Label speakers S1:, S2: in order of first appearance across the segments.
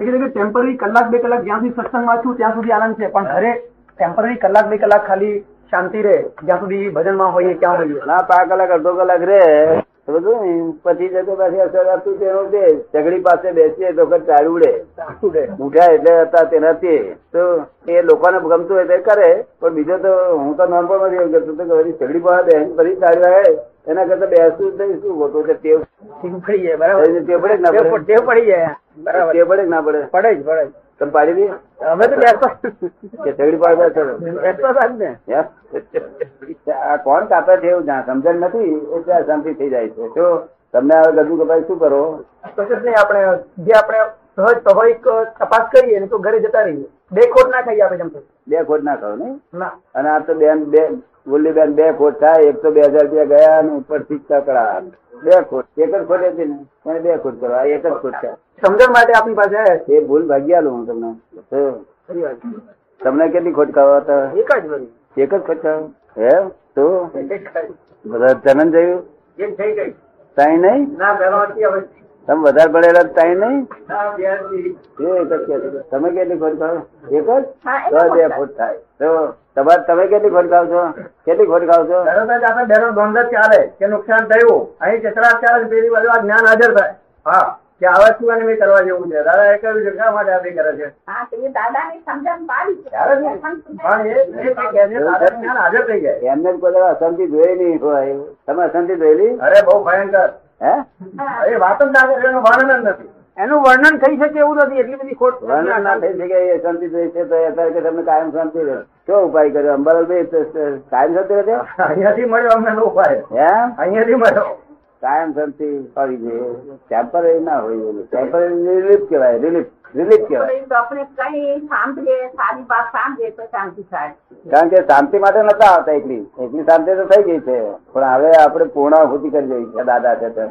S1: એટલે કે ટેમ્પરરી કલાક બે કલાક જ્યાં સુધી સત્સંગમાં છું ત્યાં સુધી આનંદ છે પણ ઘરે ટેમ્પરરી કલાક બે કલાક ખાલી શાંતિ રહે જ્યાં સુધી ભજનમાં હોઈએ ક્યાં હોઈએ
S2: ના પા કલાક અડધો કલાક રે સમજો ને? પછી જતો પાછી અસર આપતું તેનો ઉપદેશ. ચકડી પાસે બેસીએ તો ઘર ચાલુ ઉડે
S1: સાચું રહે
S2: ઉઠ્યા એટલે હતા તેનાથી તો એ લોકોને ગમતું હોય તે કરે પણ બીજો તો હું તો નામ પણ નથી એવું કરતો તો કે હજી ચકડી પાસે બેસીને ફરી ચાલુ આવે એના કરતા બેસતું જ નહીં શું ખોટું છે ટેવ
S1: ટેવ પડી જાય બરાબર
S2: ટેવ ટેવ પડે કે ના
S1: ટેવ
S2: પડે?
S1: ટેવ પડી જાય બરાબર
S2: ટેવ પડે કે ના પડે
S1: પડે જ પડે જ.
S2: તમે પાડી દઈએ
S1: અમે તો બેસતો
S2: કે ચકડી પાસે બેસો
S1: બેસતો જ ને
S2: આ કોણ કાપે છે એવું જાણ સમજણ નથી એટલે અશાંતિ થઈ જાય છે તો તમને હવે ગજુ કપાઈ શું કરો
S1: કશું જ નહીં આપણે જે આપણે સહજ સ્વાભાવિક તપાસ કરીએ ને તો ઘરે જતા રહીએ બે ખોટ ના ખાઈએ આપણે જમતો
S2: બે ખોટ ના ખાઓ નહીં
S1: ના
S2: અને આ તો બેન બે બોલી બેન બે ખોટ થાય એક તો બે હજાર રૂપિયા ગયા અને ઉપરથી ચકડા બે ખોટ એક જ ખોટ હતી ને પણ બે ખોટ કરો આ એક જ ખોટ છે
S1: સમજણ માટે આપણી પાસે આવ્યા
S2: એ ભૂલ ભાગ્યા લઉં હું તમને તો
S1: છે ફરી
S2: તમને કેટલી ખોટ ખાવા હતા
S1: વાર એક જ વળી
S2: એક જ ખોટ ખાવ હે તો
S1: એક જ.
S2: બધા જનન જયું
S1: એક થઈ ગઈ
S2: તાઈ નહીં
S1: ના પહેલા હતી હવે
S2: તમે વધારે પડેલા તાઈ નહીં
S1: ના બે હતી.
S2: એ એક જ ખોટ છે. તમે કેટલી ખોટ ખાવ એક જ
S3: હા, એક જ
S2: તો
S3: ખોટ
S2: બે
S3: ખાય.
S2: ખોટ થાય તો તમારે તમે કેટલી ખોટ ખાવ છો કેટલી ખોટ ખાવ છો
S1: તરત જ આપણે બેનો દ્વંદ જ ચાલે કે નુકસાન થયું અહીં ચક્રાત ચાલે છે, પેલી બાજુ આ જ્ઞાન હાજર થાય હા કે આવા શું અને મેં કરવા જેવું છે દાદા એ કહ્યું છે શા માટે આ બે કરે છે
S3: હા તો એ દાદાની સમજણ પાડી છે
S1: ત્યારે જ ને. પણ એ એ જે કહે છે, દાદા જ્ઞાન હાજર થઈ જાય
S2: એમને કોઈ દાડો અશાંતિ જોઈ નહીં હોય તમે અશાંતિ જોયેલી
S1: અરે બહુ ભયંકર
S2: હે
S3: હા.
S1: એ વાત જ ના કરે એનું વર્ણન જ નથી એનું વર્ણન થઈ શકે એવું નથી એટલી બધી ખોટ
S2: વર્ણન ના થઈ શકે એ શાંતિ જોઈ છે તો એ અત્યારે કે તમને કાયમ શાંતિ રહે કયો ઉપાય કર્યો અંબાલાલભાઈ તો સ- કાયમ શાંતિ રહે છે?
S1: અહીંયાથી મળ્યો અમને નો ઉપાય
S2: હે
S1: અહીંયાથી મળ્યો
S2: કાયમ શાંતિ હોવી જોઈએ ટેમ્પરરી ના હોય એવું ટેમ્પરરી રિલીફ કહેવાય રિલીફ રિલીફ કહેવાય
S3: તો આપણે કઈ સાંભળીએ સારી વાત સાંભળીએ તો શાંતિ થાય
S2: કારણ કે શાંતિ માટે નતા આવતા એકલી એકલી શાંતિ તો થઈ ગઈ છે પણ હવે આપણે પૂર્ણાહુતિ કરી દઈએ છીએ દાદા છે તો.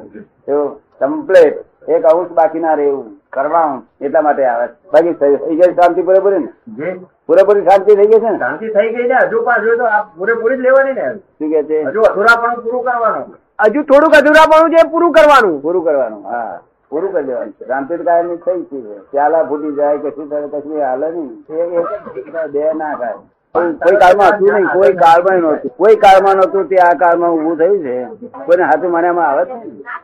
S2: તો કમ્પ્લેટ એક અંશ બાકી ના રહે એવું કરવા એટલા માટે આવે છે. બાકી થઈ- થઈ ગઈ શાંતિ પૂરેપૂરી ને
S1: જે
S2: પૂરેપૂરી શાંતિ થઈ ગઈ છે ને
S1: શાંતિ થઈ ગઈ ને હજુ પાછું તો આ પૂરેપૂરી જ લેવાની ને
S2: શું કે છે
S1: હજુ અધૂરાપણું પૂરું કરવાનું
S4: હજુ થોડુંક અધૂરાપણું છે એ પૂરું કરવાનું
S2: પૂરું કરવાનું હા પૂરું કરી દેવાનું છે શાંતિ તો કાયમની થઈ જ છે પ્યાલા ફૂટી જાય કે શું થાય કશું એ હાલે નહીં એ એક બે ના ખાય કોઈ- કોઈ કાળમાં હતું નહીં કોઈ કાળમાં નહોતું કોઈ કાળમાં નહોતું તે આ કાળમાં ઊભું થયું છે કોઈને હાથું માન્યામાં આવે છે ને?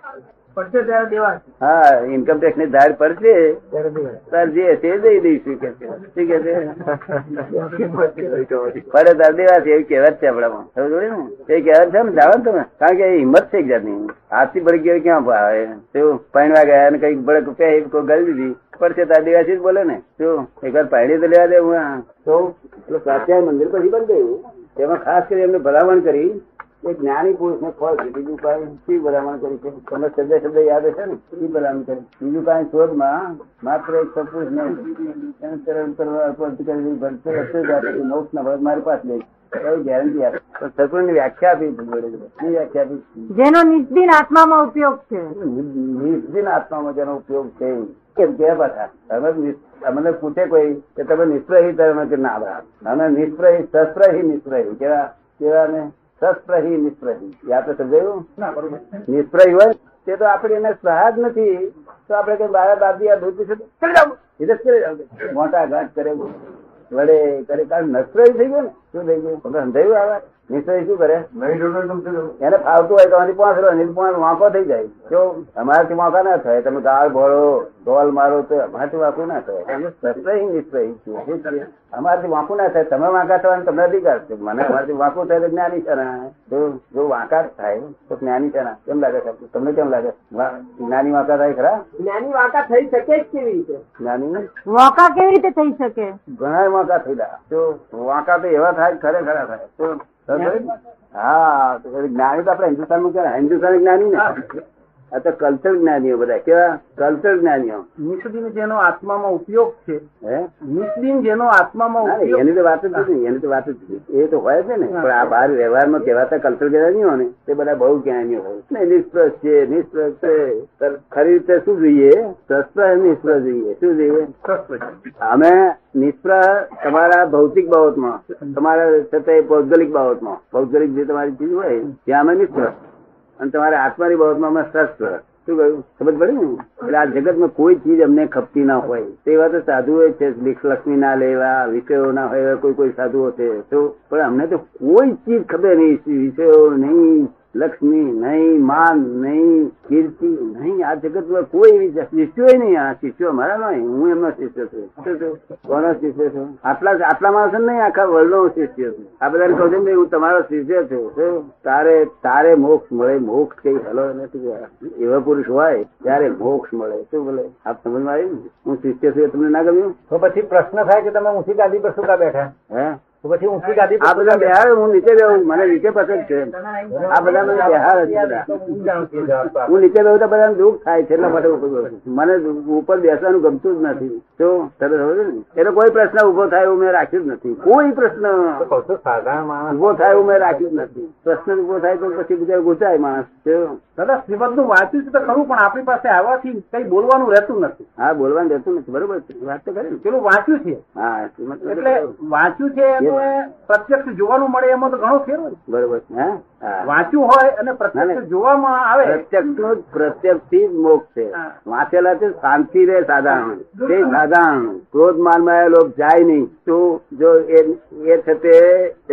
S1: પડશે ત્યારે દેવા
S2: હા ઇન્કમ ટેક્સ ની ધાર પડશે
S1: ત્યારે દેવા
S2: તાર જે છે એ દઈ દઈશું કે છે શું કે છે પડે તાર દેવાશે એવી કહેવત છે આપણામાં ખબર પડી ને એ કહેવત છે ને જાણો ને તમે કારણ કે એ હિંમત છે એક જાતની આજથી ભડક ગયો ક્યાં ભાવે તેવું પાણવા ગયા અને કઈક ભડક રૂપિયા એ કોઈ ગળી દીધી પડશે તાર દેવાસી જ બોલે ને શું એકવાર પાણી તો લેવા દે હું આ. તો એટલે સ્વાધ્યાય મંદિર પછી બંધ ગયું તેમાં ખાસ કરી એમને ભલામણ કરી એ જ્ઞાની પુરુષ ને ફળ છે બીજું કાંઈ શી ભલામણ કરી છે તમને શબ્દ શબ્દ યાદ હશે ને શી ભલામણ કરી બીજું કાંઈ શોધમાં માત્ર એક સપુરુષ ને એનું ચરણ કરવા ઉપરથી કરી ભરતી હશે જ આપી મોક્ષ ના ભર મારી પાસે લઈ ગેરંટી આપી પણ સદગુરુની વ્યાખ્યા આપી હતી જોડે જોડે. શી વ્યાખ્યા આપી
S5: જેનો નિસ્દિન આત્મામાં ઉપયોગ છે
S2: નિર્જીન આત્મામાં જેનો ઉપયોગ છે કેમ કે પાછા તમે નિ- તમને પૂછે કોઈ કે તમે નિષ્પ્રહી તમે કે ના બા અમે નિષ્પ્રહી સસ્પ્રહી નિષ્પ્રહી કેવા કેવા ને સસ્પ્રહી નિષ્પ્રહી યાદ તો સમજાયું
S1: ના બરોબર
S2: નિષ્પ્રહી હોય તે તો આપણે એને સહા જ નથી તો આપણે કઈ બારા દાદી આ દૂધ છે ચડી જાવ એ તો ચડી જાવ મોટા ઘાટ કરે વડે કરે કારણ નષ્પ્રહી થઈ ગયો ને શું થઈ ગયું તમને સમજાયું આવા નિષ્પ્રહી શું કરે
S1: નહીં ડોક્ટર સમજો
S2: એને ફાવતું હોય તો એની પાંચ રહ્યો નહીં પાંચ વાંકો થઈ જાય જો અમારાથી વાંકા ના થાય તમે ગાળ ભરો ઢોલ મારો તો અમારાથી વાંકું ના થાય અમે સસરાઈ નિસરાઈ છીએ. શું કરીએ? અમારાથી વાંકું ના થાય તમે વાંકા થવાનો તમને અધિકાર છે મને અમારાથી વાંકું થાય તો જ્ઞાની છે ને જો જો વાંકા જ થાય તો જ્ઞાની છે ને કેમ લાગે સાહેબ? તમને કેમ લાગે વા- જ્ઞાની વાંકા થાય ખરા
S1: જ્ઞાની વાંકા થઈ શકે જ કેવી રીતે
S2: જ્ઞાની
S5: વાંકા કેવી રીતે થઈ શકે
S2: ઘણા વાંકા થયેલા જો વાંકા તો એવા થાય ખરે ખરા થાય તો હા તો પછી જ્ઞાની તો આપણે હિન્દુસ્તાન નું કહેવાય હિન્દુસ્તાન જ્ઞાની ને આ તો કલ્ચર જ્ઞાનીઓ બધા કેવા કલ્ચર જ્ઞાનીઓ
S1: નિષ્દિન જેનો આત્મામાં ઉપયોગ છે
S2: હે
S1: નિષ્દિન જેનો આત્મામાં
S2: ના, ના,
S1: ઉપયોગ
S2: એની તો વાત જ નથી એની તો વાત જ નથી. એ તો હોય છે ને પણ આ બહાર વ્યવહારમાં કહેવાતા કલ્ચર જ્ઞાનીઓ ને તે બધા બહુ જ્ઞાનીઓ હોય ને નિષ્પ્રસ છે નિષ્પ્રસ છે તર- ખરી રીતે શું જોઈએ સસ્પ્રહ અને નિષ્પ્રહ જોઈએ શું જોઈએ અમે નિષ્પ્રહ તમારા ભૌતિક બાબતમાં તમારા છતાંય ભૌગોલિક બાબતમાં ભૌગોલિક જે તમારી ચીજ હોય ત્યાં અમે નિષ્પ્રહ અને તમારા આત્માની બાબતમાં અમે સસ્પ્રહ શું કહ્યું સમજ પડી ને એટલે આ જગતમાં કોઈ ચીજ અમને ખપતી ના હોય તેવા તો સાધુઓ છે લક્ષ્મી ના લેવા વિષયો ના હોય એવા કોઈ કોઈ સાધુઓ છે તો પણ અમને તો કોઈ ચીજ ખબર નહીં વિષયો નહીં લક્ષ્મી નહીં માન નહીં કીર્તિ નહીં આ જગતમાં કોઈ એવી શિષ્યો નહીં આ શિષ્યો મારા નહીં હું એમનો શિષ્ય છું શું છું? કોનો શિષ્ય છું આટલા આટલા માણસો નહીં આખા વર્લ્ડ નો શિષ્ય છું આ બધાને કહું છું ને, ભાઈ હું તમારો શિષ્ય છું શું? તારે તારે મોક્ષ મળે મોક્ષ કઈ હલો નથી એવા પુરુષ હોય ત્યારે મોક્ષ મળે શું બોલે આપ સમજમાં આવ્યું ને? હું શિષ્ય છું એ તમને ના ગમ્યું
S1: તો પછી પ્રશ્ન થાય કે તમે ઊંચી ગાદી પર શું કા બેઠા
S2: હે
S1: તો પછી ઊંચી ગાદી
S2: આ બધા બેહાડ હું નીચે બેહું મને નીચે પસંદ છે આ બધા મને બેહાડ જ બધા હું નીચે બેહું તો બધાને દુઃખ થાય છે એટલા માટે ઉપર બેહું છું. મને ઉપર બેસવાનું ગમતું જ નથી તો તરત સમજો ને એનો કોઈ પ્રશ્ન ઉભો થાય એવું મેં રાખ્યું જ નથી કોઈ પ્રશ્ન
S1: સાધારણ માણસ
S2: ઉભો થાય એવું મેં રાખ્યું જ નથી પ્રશ્ન ઉભો થાય તો પછી બીજા ગુચાય માણસ તો
S1: દાદા શ્રીમદનું વાંચ્યું છે તો ખરું પણ આપણી પાસે આવવાથી કઈ બોલવાનું રહેતું નથી
S2: હા બોલવાનું રહેતું નથી બરોબર છે વાત તો કરી ને
S1: પેલું વાંચ્યું છે
S2: હા શ્રીમદ તો
S1: એટલે
S2: કહ્યું.
S1: વાંચ્યું છે એનું પ્રત્યક્ષ જોવાનું મળે એમાં તો ઘણો ફેર હોય
S2: બરોબર છે હા? હા
S1: વાંચ્યું હોય અને
S2: ના,
S1: પ્રત્યક્ષ
S2: ના.
S1: જોવામાં આવે
S2: પ્રત્યક્ષ નો પ્રત્યક્ષ થી જ મોક્ષ છે
S1: હા.
S2: વાંચેલા છે શાંતિ રે સાધારણ તે સાધારણ ક્રોધ માન માં લોક જાય નહીં તો જો એ એ છે તે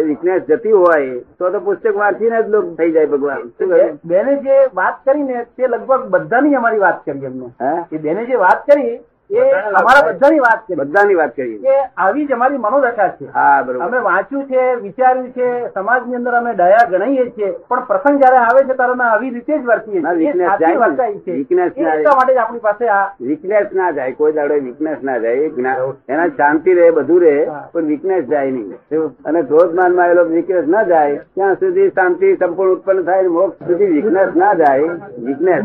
S2: વીકનેસ જતી હોય તો તો પુસ્તક વાંચીને જ લોક થઈ જાય ભગવાન શું કહ્યું
S1: બે- બેને જે વાત કરી ને તે લગભગ બધાની અમારી વાત કરી એમને
S2: હે
S1: એ બેને જે વાત કરી એ અમારા બધાની વાત કરી
S2: બધાની વાત કરીએ
S1: કે આવી જ અમારી મનોદશા છે
S2: હા બરોબર
S1: અમે વાંચ્યું છે વિચાર્યું છે સમાજની અંદર અમે ડાયા ગણાઈએ છીએ પણ પ્રસંગ જયારે આવે છે ત્યારે અમે આવી રીતે જ વર્તીએ
S2: ના,
S1: છીએ એ
S2: weakness
S1: સાચી
S2: જાય ને.
S1: વર્તાય છે
S2: Weakness
S1: એ
S2: ના
S1: એટલા
S2: આવે.
S1: માટે જ આપણી પાસે આ
S2: વીકનેસ ના જાય કોઈ દાડો વીકનેસ ના જાય એ જ્ઞા- એના શાંતિ રહે બધું રહે
S1: હા.
S2: પણ વીકનેસ જાય નહીં એવું. અને ક્રોધમાન માં એલો વીકનેસ ના જાય ત્યાં સુધી શાંતિ સંપૂર્ણ ઉત્પન્ન થાય ને મોક્ષ સુધી વીકનેસ ના જાય વીકનેસ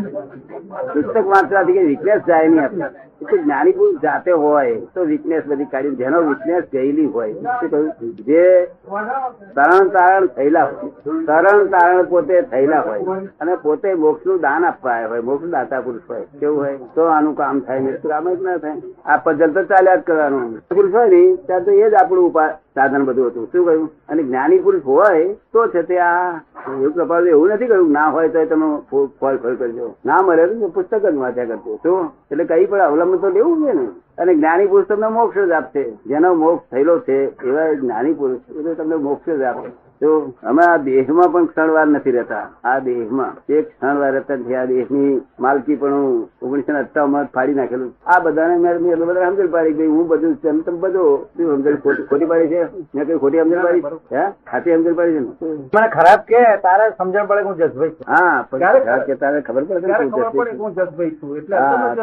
S2: પુસ્તક વાંચવાથી કઈ વીકનેસ જાય નહીં આપણે એ તો જ્ઞાની પુરુષ જાતે હોય તો વીકનેસ બધી કાઢી જેનો વીકનેસ ગયેલી હોય શું કહ્યું? જે તરણ તારણ થયેલા હોય તરણ તારણ પોતે થયેલા હોય અને પોતે મોક્ષનું દાન આપવા આવ્યા હોય મોક્ષ દાતા પુરુષ હોય કેવું હોય તો આનું કામ થાય ને તો કામ જ ના થાય આ પજલ તો ચાલ્યા જ કરવાનું પુરુષ હોય ને ત્યાં તો એ જ આપણું ઉપા સાધન બધું હતું શું કહ્યું અને જ્ઞાની પુરુષ હોય તો છે તે આ એવું કપાલ એવું નથી કહ્યું ના હોય તો તમે ફો- ફોલ ફોલ કરજો ના મળે તો પુસ્તક જ વાંચ્યા કરજો તો એટલે કઈ પણ અવલંબન તો લેવું છે ને અને જ્ઞાની પુરુષ તમને મોક્ષ જ આપશે જેનો મોક્ષ થયેલો છે એવા જ્ઞાની પુરુષ એ તો તમને મોક્ષ જ આપે તો અમે આ દેહમાં પણ ક્ષણવાર નથી રહેતા આ દેહમાં એક ક્ષણવાર રહેતા નથી આ દેહની માલકી પણ હું ઓગણીસો ને અઠ્ઠાવનમાં ફાડી નાખેલું આ બધાને મેં મેં એટલું બધા સમજણ પાડી કે હું બધું તેમ તેમ બધું શું સમજણ ખોટી ખોટી પાડી છે મેં કઈ ખોટી સમજણ પાડી હે ખાતી સમજણ પાડી છે ને?
S1: મને ખરાબ કે તારે સમજણ પડે કે હું જજભાઈ છું
S2: હા
S1: ક્યારે
S2: પણ કે તારે ખબર પડે કે
S1: ત્યારે
S2: શું
S1: ખબર પડે
S2: જશે?
S1: કે હું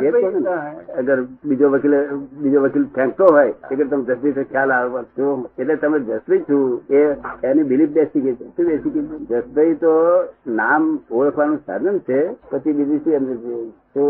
S1: જજભાઈ છું એટલે તમે જજભાઈ
S2: હા, તે જ કહું ને.
S1: હા.
S2: અગર બીજો વકીલ બીજો વકીલ ફેંકતો હોય તો કે તમે જસ્ટિસ છો, ખ્યાલ આવે પણ શું? એટલે તમે જસ્ટિસ છું એ એની બિલીફ બેસી ગઈ છે શું બેસી ગઈ છે? જસભાઈ તો નામ ઓળખવાનું સાધન છે પછી બીજું શું એમને છે? તો